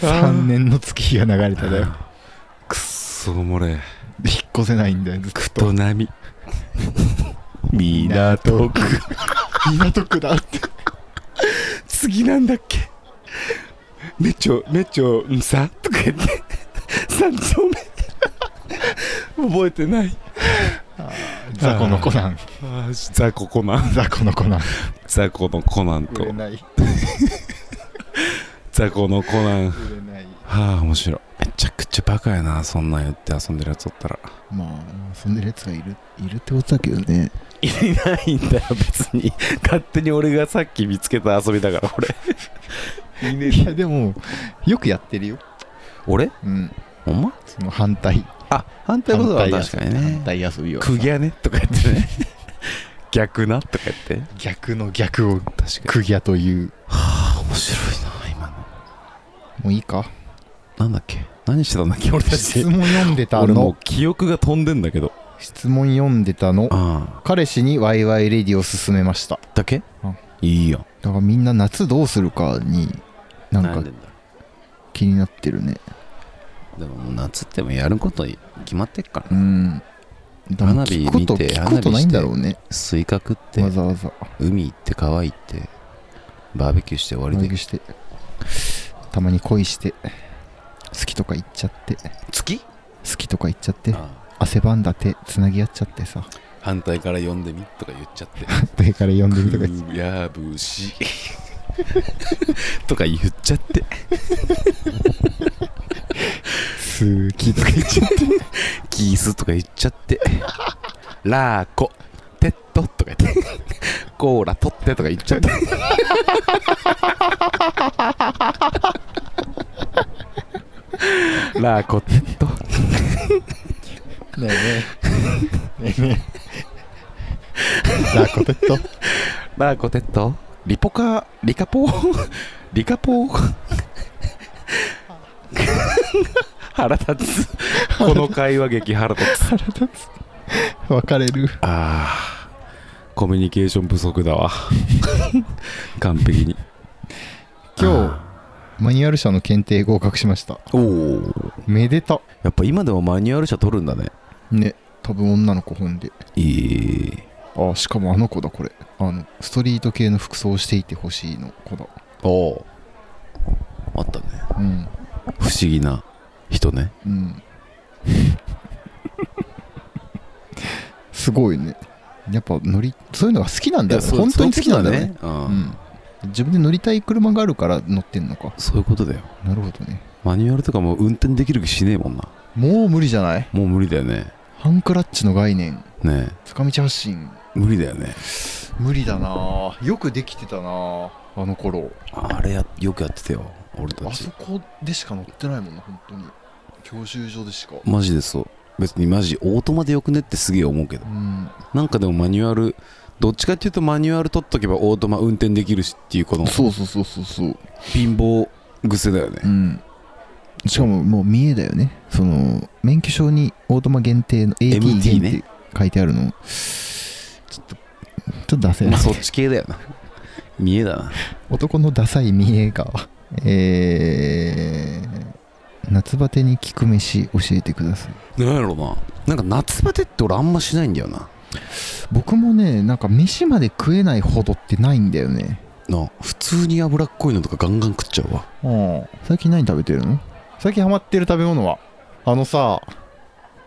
Speaker 2: 3年の月日が流れただよ
Speaker 3: くっそおもれえ
Speaker 2: 引っ越せないんだよずっ
Speaker 3: く
Speaker 2: と
Speaker 3: となみ港区
Speaker 2: 港区だって
Speaker 3: 次なんだっけめちょめちょんさとか言って三丁目覚えてない
Speaker 2: 雑魚のコナン
Speaker 3: あーザココナン
Speaker 2: 雑魚のコナン
Speaker 3: ザコのコナンと
Speaker 2: 売れない
Speaker 3: ザコのコナン
Speaker 2: 売れない
Speaker 3: はあ面白いめちゃくちゃバカやなそんなんやって遊んでるやつおったら
Speaker 2: まあ遊んでるやつがいるいるってことだけどね
Speaker 3: いないんだよ別に勝手に俺がさっき見つけた遊びだから俺いね
Speaker 2: いやでもよくやってるよ
Speaker 3: 俺
Speaker 2: うん
Speaker 3: お前
Speaker 2: その反対
Speaker 3: あ反対ことは確かにね
Speaker 2: 反対遊びは
Speaker 3: クギャねとか言ってね逆なとか言って
Speaker 2: 逆の逆を
Speaker 3: 確
Speaker 2: クギャという
Speaker 3: あ面白いな今の
Speaker 2: もういいか
Speaker 3: なんだっけ何してたんだっけ俺た
Speaker 2: 質
Speaker 3: ち
Speaker 2: 問読んでた
Speaker 3: 俺も
Speaker 2: の
Speaker 3: う記憶が飛んでんだけど
Speaker 2: 質問読んでたの
Speaker 3: あ
Speaker 2: 彼氏にワイワイレディを勧めました
Speaker 3: あだけ
Speaker 2: うん
Speaker 3: いいよ
Speaker 2: だからみんな夏どうするかになんか
Speaker 4: んだろ
Speaker 2: 気になってるね
Speaker 4: うでももう夏ってもうやること決まってっから
Speaker 2: うんだから
Speaker 4: 花火
Speaker 2: 聞くこと
Speaker 4: 見て
Speaker 2: 聞くことないんだろうね
Speaker 4: スイカ食って
Speaker 2: わざわざ
Speaker 4: 海行って川行ってバーベキューして終わり
Speaker 2: ライ
Speaker 4: で
Speaker 2: ブしてたまに恋して好きとか言っちゃって好
Speaker 4: 月
Speaker 2: きとか言っちゃって
Speaker 4: ああ
Speaker 2: 汗ばんだ手つなぎ合っちゃってさ
Speaker 4: 反対から呼んでみとか言っちゃって
Speaker 2: 手から呼んでみとか言っ
Speaker 4: くやぶしとか言っちゃって
Speaker 2: て好きとか言っちゃって
Speaker 4: キースとか言っちゃってラーコテッドとか言ってコーラ取ってとか言っちゃって
Speaker 3: ラーコテッド
Speaker 2: ねえねえねえねえラコテット
Speaker 4: ラーコテッドリポカリカポ ーリカポ ー
Speaker 3: 腹立つこの会話劇腹立つ
Speaker 2: 別れる
Speaker 3: あーコミュニケーション不足だわ完璧に
Speaker 2: 今日マニュアル社の検定合格しました
Speaker 4: おお
Speaker 2: めでた
Speaker 4: やっぱ今でもマニュアル車取るんだね
Speaker 2: ね多分女の子本で
Speaker 4: いい
Speaker 2: あしかもあの子だこれあのストリート系の服装をしていてほしいの子だ
Speaker 4: おおあったね
Speaker 2: うん
Speaker 4: 不思議な人ね
Speaker 2: うん。すごいね。やっぱ乗り、そういうのが好きなんだよ。本当に好きなんだね。
Speaker 4: う
Speaker 2: うんん。自分で乗りたい車があるから乗ってんのか。
Speaker 4: そういうことだよ
Speaker 2: なるほどね。
Speaker 4: マニュアルとかもう運転できる気しねえもんな
Speaker 2: もう無理じゃない
Speaker 4: もう無理だよね
Speaker 2: ハンクラッチの概念、
Speaker 4: ね
Speaker 2: 坂道発進、
Speaker 4: え
Speaker 3: 無理だよね
Speaker 2: 無理だなよくできてたなあの頃
Speaker 5: あれやよくやってたよ俺た
Speaker 2: あ
Speaker 5: ち
Speaker 2: そこでしか乗ってないもんな本当に教習所でしか
Speaker 3: マジでそう別にマジオートマでよくねってすげえ思うけど
Speaker 2: うん
Speaker 3: なんかでもマニュアルどっちかっていうとマニュアル取っとけばオートマ運転できるしっていうこの
Speaker 2: そうそうそうそうそう
Speaker 3: 貧乏癖だよね
Speaker 2: うんしかももう見えだよねその免許証にオートマ限定の AT
Speaker 3: MT
Speaker 2: 限
Speaker 3: ね
Speaker 2: 定書いてあるのちょっとちょっとダサい
Speaker 3: ま
Speaker 2: な
Speaker 3: あそっち系だよな 見えだな
Speaker 2: 男のダサい見えがえー、夏バテに効く飯教えてください
Speaker 3: なんやろななんか夏バテって俺あんましないんだよな
Speaker 2: 僕もねなんか飯まで食えないほどってないんだよね
Speaker 3: なあ普通に脂っこいのとかガンガン食っちゃうわ
Speaker 2: 最近何食べてるの最近ハマってる食べ物はあのさ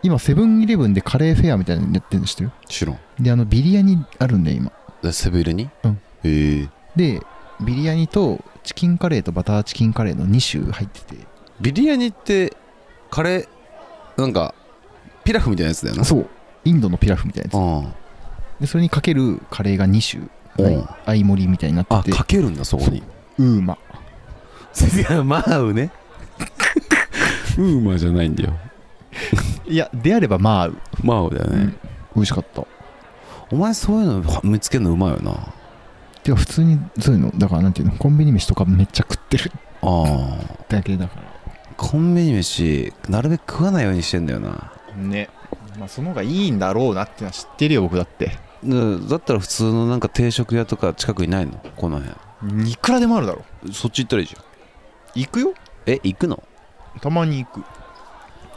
Speaker 2: 今セブンイレブンでカレーフェアみたいなのやってるの知ってる
Speaker 3: 知らん
Speaker 2: であのビリヤニあるんだよ今
Speaker 3: でセブン入れに
Speaker 2: うん
Speaker 3: へえ
Speaker 2: でビリヤニとチキンカレーとバターチキンカレーの2種入ってて
Speaker 3: ビリヤニってカレーなんかピラフみたいなやつだよな
Speaker 2: そうインドのピラフみたいなや
Speaker 3: うん
Speaker 2: つでそれにかけるカレーが2種
Speaker 3: うん
Speaker 2: はい相盛りみたいにな
Speaker 3: あ
Speaker 2: ってて
Speaker 3: かけるんだそこに
Speaker 2: ウーマ
Speaker 3: いやまあうね ウーマじゃないんだよ
Speaker 2: いやであればまあ美
Speaker 3: まあうだよね、
Speaker 2: 味しかった
Speaker 3: お前そういうの見つけるのうまいよな
Speaker 2: てか普通にそういうのだからなんていうのコンビニ飯とかめっちゃ食ってる
Speaker 3: あ
Speaker 2: だけだから
Speaker 3: あコンビニ飯なるべく食わないようにしてんだよな
Speaker 2: ねまあその方がいいんだろうなってのは知ってるよ僕だって
Speaker 3: だだったら普通のなんか定食屋とか近くにないのこの辺
Speaker 2: いくらでもあるだろ
Speaker 3: そっち行ったらいいじゃん
Speaker 2: 行くよ
Speaker 3: え行くの
Speaker 2: たまに行く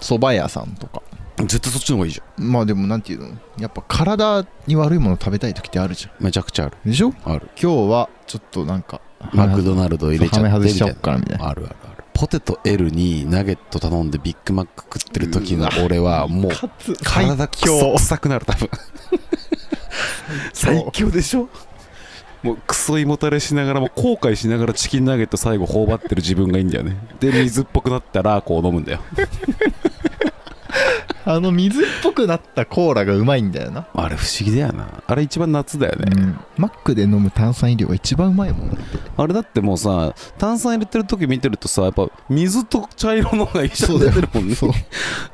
Speaker 2: 蕎麦屋さんとか
Speaker 3: 絶対そっちの方がいいじゃ
Speaker 2: まあでもなんていうのやっぱ体に悪いもの食べたい時ってあるじゃ
Speaker 3: んめちゃくちゃある
Speaker 2: んでしょ
Speaker 3: ある
Speaker 2: 今日はちょっとなんか
Speaker 3: マクドナルド入れちゃ
Speaker 2: はめ
Speaker 3: っ
Speaker 2: 外
Speaker 3: て
Speaker 2: し
Speaker 3: み
Speaker 2: ちゃお
Speaker 3: たい
Speaker 2: っ
Speaker 3: な
Speaker 2: からみたいな
Speaker 3: あるあるあるポテト L にナゲット頼んでビッグマック食ってる時の俺はもう
Speaker 2: つ
Speaker 3: 体くそ臭くなる多分 最強でしょもうクソ胃もたれしながらも後悔しながらチキンナゲット最後頬張ってる自分がいいんだよねで水っぽくなったらこう飲むんだよ
Speaker 2: あの水っぽくなったコーラがうまいんだよな、
Speaker 3: あれ不思議だよなあれ一番夏だよね、
Speaker 2: マックで飲む炭酸飲料が一番うまいもんね
Speaker 3: あれだってもうさ炭酸入れてる時見てるとさやっぱ水と茶色の方が一緒に出てるもんね
Speaker 2: そう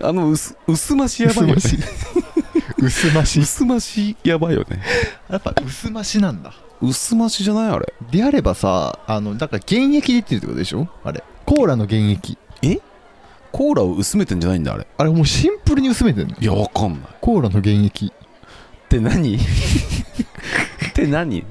Speaker 3: あの薄薄ましやばいよね
Speaker 2: 薄薄まし
Speaker 3: 薄ましやばいよね
Speaker 2: やっぱ薄ましなんだ
Speaker 3: 薄ましじゃないあれ
Speaker 2: であればさあのだから原液出てるってことでしょあれコーラの原液
Speaker 3: コーラを薄めてんじゃないんだあれ
Speaker 2: あれもうシンプルに薄めてんの
Speaker 3: いやわかんない
Speaker 2: コーラの原液
Speaker 3: って何って何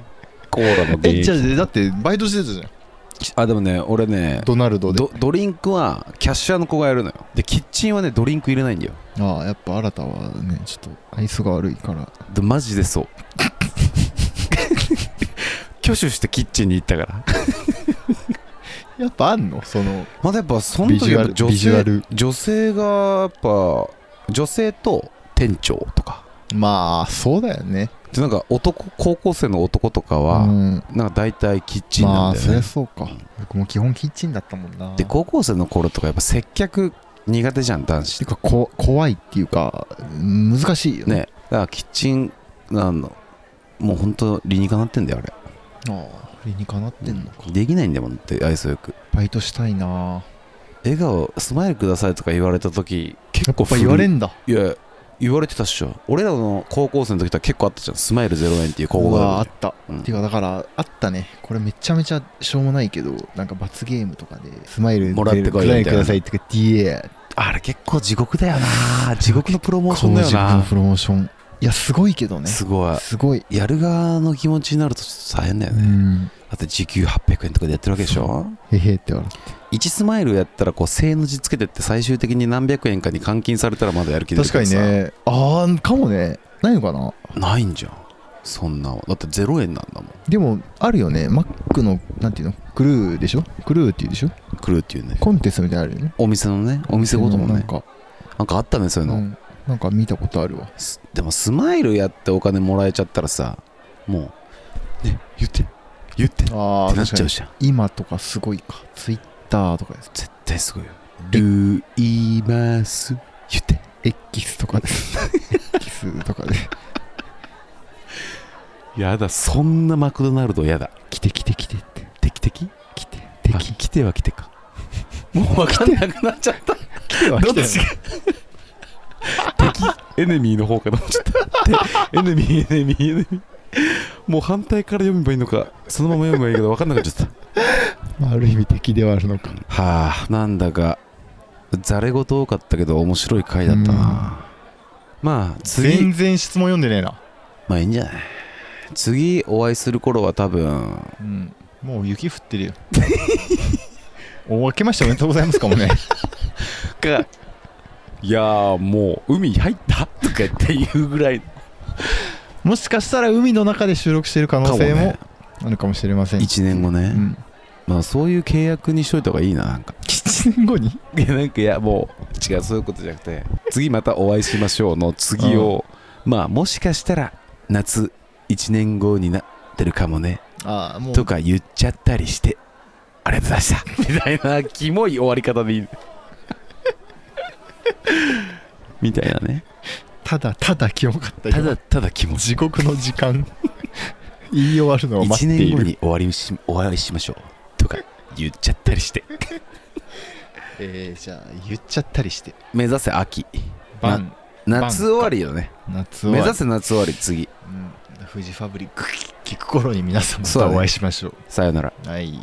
Speaker 3: コーラの
Speaker 2: え
Speaker 3: 原
Speaker 2: じゃ
Speaker 3: 液
Speaker 2: あだってバイトしてたじゃん
Speaker 3: あでもね俺ね
Speaker 2: ドナルドで
Speaker 3: ドドリンクはキャッシャーの子がやるのよでキッチンはねドリンク入れないんだよ
Speaker 2: ああやっぱ新たはねちょっと愛想が悪いから
Speaker 3: でマジでそう挙手してキッチンに行ったから
Speaker 2: やっぱあんのその
Speaker 3: まだやっぱその
Speaker 2: ビジ
Speaker 3: 時
Speaker 2: ュ
Speaker 3: や
Speaker 2: ア
Speaker 3: っ
Speaker 2: ル
Speaker 3: ぱ女
Speaker 2: ビジュア
Speaker 3: 性
Speaker 2: ル
Speaker 3: 女性がやっぱ女性と店長とか
Speaker 2: まあそうだよね
Speaker 3: でなんか男高校生の男とかは、
Speaker 2: うん
Speaker 3: なんか大体キッチンなんだよ
Speaker 2: まあそ
Speaker 3: ね、
Speaker 2: りゃそうか僕も基本キッチンだったもんな
Speaker 3: で高校生の頃とかやっぱ接客苦手じゃん男子
Speaker 2: てかこ怖いっていうか難しいよね
Speaker 3: ねだからキッチンなんのもう本当理にかなってんだよあれ
Speaker 2: ああ理にかなってんのか、
Speaker 3: できないんだもんって愛想よく
Speaker 2: バイトしたいな
Speaker 3: 笑顔スマイルくださいとか言われた時結構
Speaker 2: やっぱ言われ
Speaker 3: ん
Speaker 2: んだ
Speaker 3: いや言われてたっしょ俺らの高校生の時とは結構あったじゃんスマイル0円っていう高校
Speaker 2: うわあ
Speaker 3: があ
Speaker 2: っ
Speaker 3: る
Speaker 2: た、
Speaker 3: うん
Speaker 2: ていうかだからあったねこれめちゃめちゃしょうもないけどなんか罰ゲームとかでスマイル
Speaker 3: もらってこいよ
Speaker 2: く
Speaker 3: みたいな
Speaker 2: ださいってか DA
Speaker 3: あれ結構地獄だよな 地獄のプロモーションだよ
Speaker 2: こう自分の
Speaker 3: な
Speaker 2: プロモーションいやすごいけどね
Speaker 3: すごい
Speaker 2: すごい
Speaker 3: やる側の気持ちになると大変だよ
Speaker 2: う
Speaker 3: ね、
Speaker 2: ん
Speaker 3: だって時給800円とかでやってるわけでしょ
Speaker 2: へへって笑っ
Speaker 3: 1スマイルやったらこう正の字つけてって最終的に何百円かに換金されたらまだやる気
Speaker 2: て
Speaker 3: 出
Speaker 2: 確
Speaker 3: るけ
Speaker 2: か
Speaker 3: ど
Speaker 2: に
Speaker 3: さ
Speaker 2: ねああかもねないのかな
Speaker 3: ないんじゃんそんなのだって0円なんだもん
Speaker 2: でもあるよねマックのなんていうのクルーでしょクルーっていうでしょ
Speaker 3: 来るっていうね
Speaker 2: コンテストみたいなのあるよね
Speaker 3: お店のねお店ごとも
Speaker 2: なん
Speaker 3: ね
Speaker 2: か、
Speaker 3: なんかあったねそういう
Speaker 2: う
Speaker 3: の、
Speaker 2: んなんか見たことあるわ
Speaker 3: すでもスマイルやってお金もらえちゃったらさもうね言って言ってって
Speaker 2: あ
Speaker 3: なっちゃうじゃん
Speaker 2: 今とかすごいかツイッターとかです
Speaker 3: 絶対すごいよルイマス言って
Speaker 2: エッキスとかですエッキスとかで
Speaker 6: やだそんなマクドナルドやだ来て来て来てってテキテキ来てテキ来ては来てか もう分かんなくなっちゃったどっちが敵エネミーの方かと思っちゃったでエネミーエネミーエネミーもう反対から読めばいいのかそのまま読めばいいけど分かんなくなっちゃった
Speaker 2: ある意味敵ではあるのか
Speaker 3: はあなんだかざれ言多かったけど面白い回だったなまあ次
Speaker 2: 全然質問読んでねえな、
Speaker 3: まあいいんじゃない次お会いする頃は多分
Speaker 2: うん、もう雪降ってるよお明けましておめでとうございますかもね
Speaker 6: かいやーもう海入ったとかっていうぐらい
Speaker 2: もしかしたら海の中で収録している可能性もあるかもしれません
Speaker 3: 1年後
Speaker 2: う
Speaker 3: ね、
Speaker 2: ん、
Speaker 3: まあそういう契約にしといた方がいいななんか
Speaker 2: 1年後に
Speaker 6: いやなんかいやもう違うそういうことじゃなくて次またお会いしましょうの次を
Speaker 3: まあもしかしたら夏1年後になってるかもね
Speaker 2: ああもう
Speaker 3: とか言っちゃったりしてありがとうございました
Speaker 6: みたいなキモい終わり方でいい
Speaker 3: みたいなね
Speaker 2: ただただキモかったよ
Speaker 3: ただただ気持ち
Speaker 2: 地獄の時間 言い終わるのを待
Speaker 3: 1
Speaker 2: ってい
Speaker 3: 年後
Speaker 2: る、
Speaker 3: に終わりしお会いしましょうとか言っちゃったりして
Speaker 2: えー、じゃあ言っちゃったりして
Speaker 3: 目指せ秋
Speaker 2: バン
Speaker 3: 夏終わりよね
Speaker 2: 夏は
Speaker 3: 目指せ夏終わり次
Speaker 2: うん、フジファブリック聞く頃に皆さんま
Speaker 3: そう
Speaker 2: た
Speaker 3: だね
Speaker 2: お会いしましょう
Speaker 3: さよなら
Speaker 2: はい